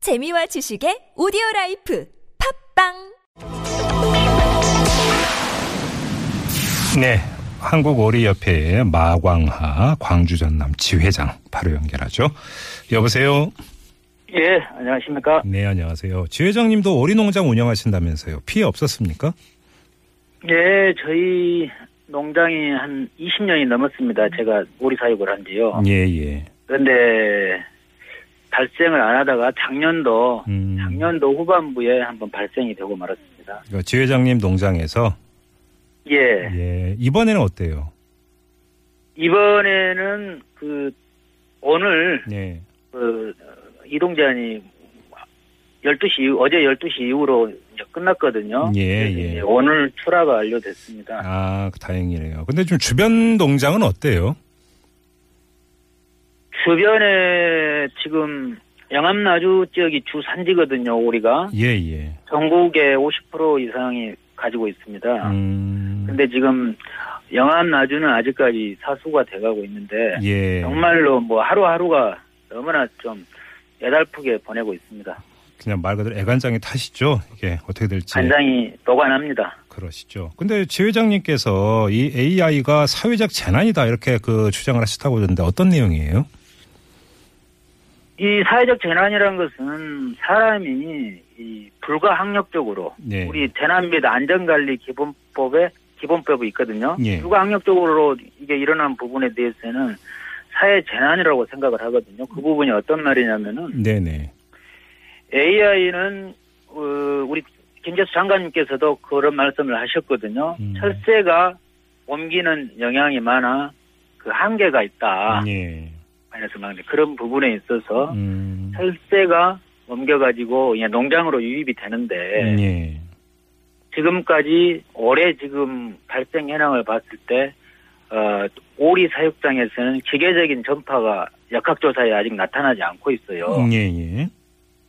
재미와 지식의 오디오 라이프 팝빵 네. 한국오리협회의 마광하 광주전남 지회장 바로 연결하죠. 여보세요. 예, 안녕하십니까. 네, 안녕하세요. 지회장님도 오리농장 운영하신다면서요. 피해 없었습니까? 예, 저희 농장이 한 20년이 넘었습니다. 제가 오리 사육을 한 지요. 예, 예. 그런데 발생을 안 하다가 작년도, 음. 작년도 후반부에 한번 발생이 되고 말았습니다. 그러니까 지회장님 농장에서 예, 예, 이번에는 어때요? 이번에는 그, 오늘, 네. 그, 이동제한이 12시, 어제 12시 이후로 이제 끝났거든요. 예, 그래서 예. 이제 오늘 출하가 완료됐습니다. 아, 다행이네요. 근데 좀 주변 농장은 어때요? 주변에 지금 영암나주 지역이 주 산지거든요, 오리가. 예, 예. 전국의 50% 이상이 가지고 있습니다. 음. 근데 지금 영암나주는 아직까지 사수가 돼가고 있는데 예. 정말로 뭐 하루하루가 너무나 좀 애달프게 보내고 있습니다. 그냥 말 그대로 애간장에 타시죠. 이게 어떻게 될지. 간장이 노관합니다. 그러시죠. 근데 지회장님께서 이 AI가 사회적 재난이다 이렇게 그 주장을 하시다고 그러는데 어떤 내용이에요? 이 사회적 재난이라는 것은 사람이 이 불가항력적으로 예. 우리 재난 및 안전관리 기본법에 기본법이 있거든요. 예. 불가항력적으로 이게 일어난 부분에 대해서는 사회 재난이라고 생각을 하거든요. 그 부분이 어떤 말이냐면은 네네. AI는 어, 우리 김재수 장관님께서도 그런 말씀을 하셨거든요. 음. 철새가 옮기는 영향이 많아 그 한계가 있다. 예. 그래서 막 그런 부분에 있어서 음. 철새가 옮겨가지고 그냥 농장으로 유입이 되는데 예. 지금까지 올해 지금 발생 현황을 봤을 때 어, 오리 사육장에서는 기계적인 전파가 역학조사에 아직 나타나지 않고 있어요. 예, 예.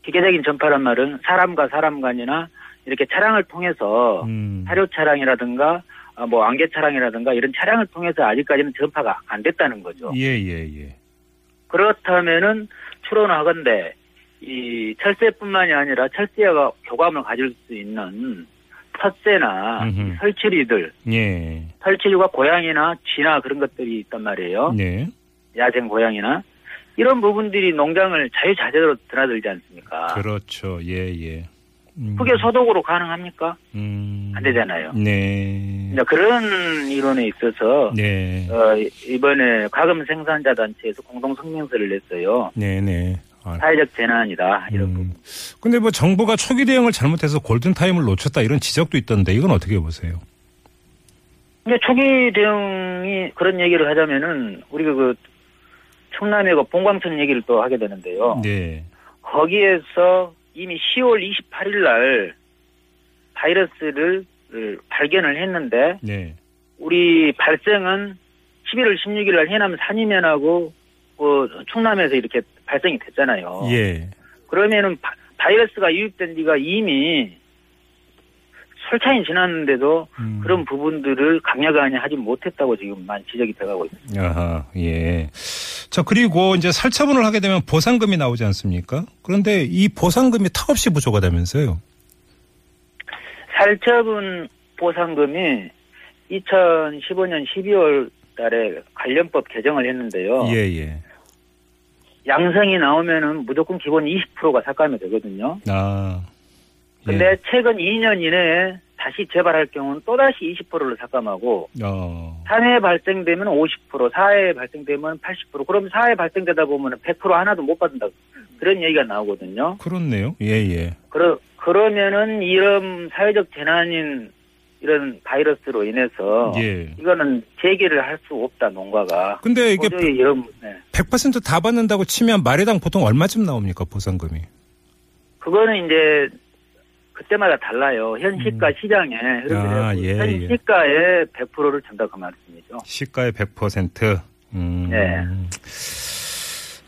기계적인 전파란 말은 사람과 사람 간이나 이렇게 차량을 통해서 음. 어, 사료 차량이라든가 아, 뭐 안개 차량이라든가 이런 차량을 통해서 아직까지는 전파가 안 됐다는 거죠. 예, 예, 예. 그렇다면은 추론하건대 이 철새뿐만이 아니라 철새가 교감을 가질 수 있는 텃새나 음흠. 설치리들 예. 설치류가 고양이나 쥐나 그런 것들이 있단 말이에요. 네. 야생 고양이나 이런 부분들이 농장을 자유자재로 드나들지 않습니까? 그렇죠. 예, 예. 음. 그게 소독으로 가능합니까? 음. 안 되잖아요. 네. 이제 그런 이론에 있어서 네. 어, 이번에 과금 생산자 단체에서 공동 성명서를 냈어요. 네, 네. 아, 사회적 재난이다 이런 음. 부분. 근데 뭐 정부가 초기 대응을 잘못해서 골든 타임을 놓쳤다 이런 지적도 있던데 이건 어떻게 보세요? 근데 초기 대응이 그런 얘기를 하자면은 우리가 그 충남의 그 봉광천 얘기를 또 하게 되는데요. 네. 거기에서 이미 10월 28일 날 바이러스를 을, 발견을 했는데 네. 우리 발생은 11월 16일 날 해남 산이면하고 그 충남에서 이렇게 발생이 됐잖아요. 예. 그러면은 바, 바이러스가 유입된 지가 이미 설찬이 지났는데도 음. 그런 부분들을 강력하게 하지 못했다고 지금 많이 지적이 돼가고 있습니다. 아하, 예. 자, 그리고 이제 살처분을 하게 되면 보상금이 나오지 않습니까? 그런데 이 보상금이 턱없이 부족하다면서요? 살처분 보상금이 2015년 12월 달에 관련법 개정을 했는데요. 예, 예. 양성이 나오면은 무조건 기본 20%가 삭감이 되거든요. 아. 근데 예. 최근 2년 이내에 다시 재발할 경우는 또다시 20%를 삭감하고 예. 어. 3회 발생되면 50%, 4회 발생되면 80%, 그럼 4회 발생되다 보면 100% 하나도 못 받는다. 그런 얘기가 나오거든요. 그렇네요. 예, 예. 그러, 그러면은 이런 사회적 재난인 이런 바이러스로 인해서 예. 이거는 재개를 할 수 없다 농가가 근데 이게 그 도저히 이런 네. 100%다 받는다고 치면 마리당 보통 얼마쯤 나옵니까? 보상금이. 그거는 이제 그때마다 달라요 현 시가 시장에 음. 아, 그래서 예, 현 예. 시가에 100%를 준다 그 말씀이죠 시가의 100%. 음. 네.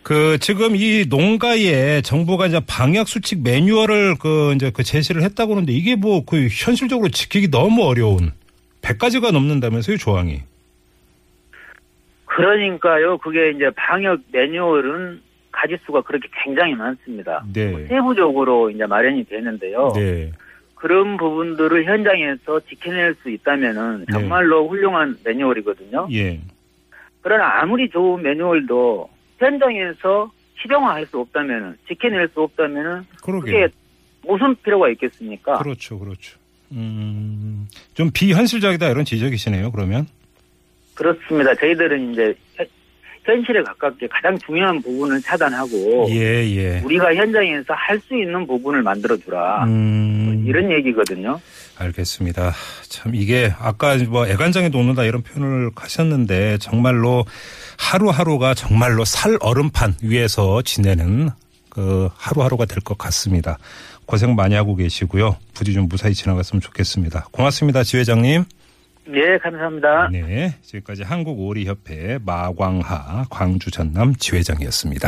그 지금 이 농가에 정부가 이제 방역 수칙 매뉴얼을 그 이제 그 제시를 했다고 하는데 이게 뭐 그 현실적으로 지키기 너무 어려운 100가지가 넘는다면서요 조항이. 그러니까요 그게 이제 방역 매뉴얼은 가지수가 그렇게 굉장히 많습니다. 뭐 네. 세부적으로 이제 마련이 되는데요. 네. 그런 부분들을 현장에서 지켜낼 수 있다면은 네. 정말로 훌륭한 매뉴얼이거든요. 예. 그러나 아무리 좋은 매뉴얼도 현장에서 실용화할 수 없다면은 지켜낼 수 없다면은 그러게. 그게 무슨 필요가 있겠습니까? 그렇죠. 그렇죠. 음. 좀 비현실적이다 이런 지적이시네요. 그러면. 그렇습니다. 저희들은 이제 현- 현실에 가깝게 가장 중요한 부분을 차단하고 예, 예. 우리가 현장에서 할 수 있는 부분을 만들어 주라 음. 이런 얘기거든요. 알겠습니다. 참 이게 아까 뭐 애간장에 녹는다 이런 표현을 하셨는데 정말로 하루하루가 정말로 살 얼음판 위에서 지내는 그 하루하루가 될 것 같습니다. 고생 많이 하고 계시고요. 부디 좀 무사히 지나갔으면 좋겠습니다. 고맙습니다. 지회장님. 예, 감사합니다. 네. 지금까지 한국오리협회 마광하 광주 전남 지회장이었습니다.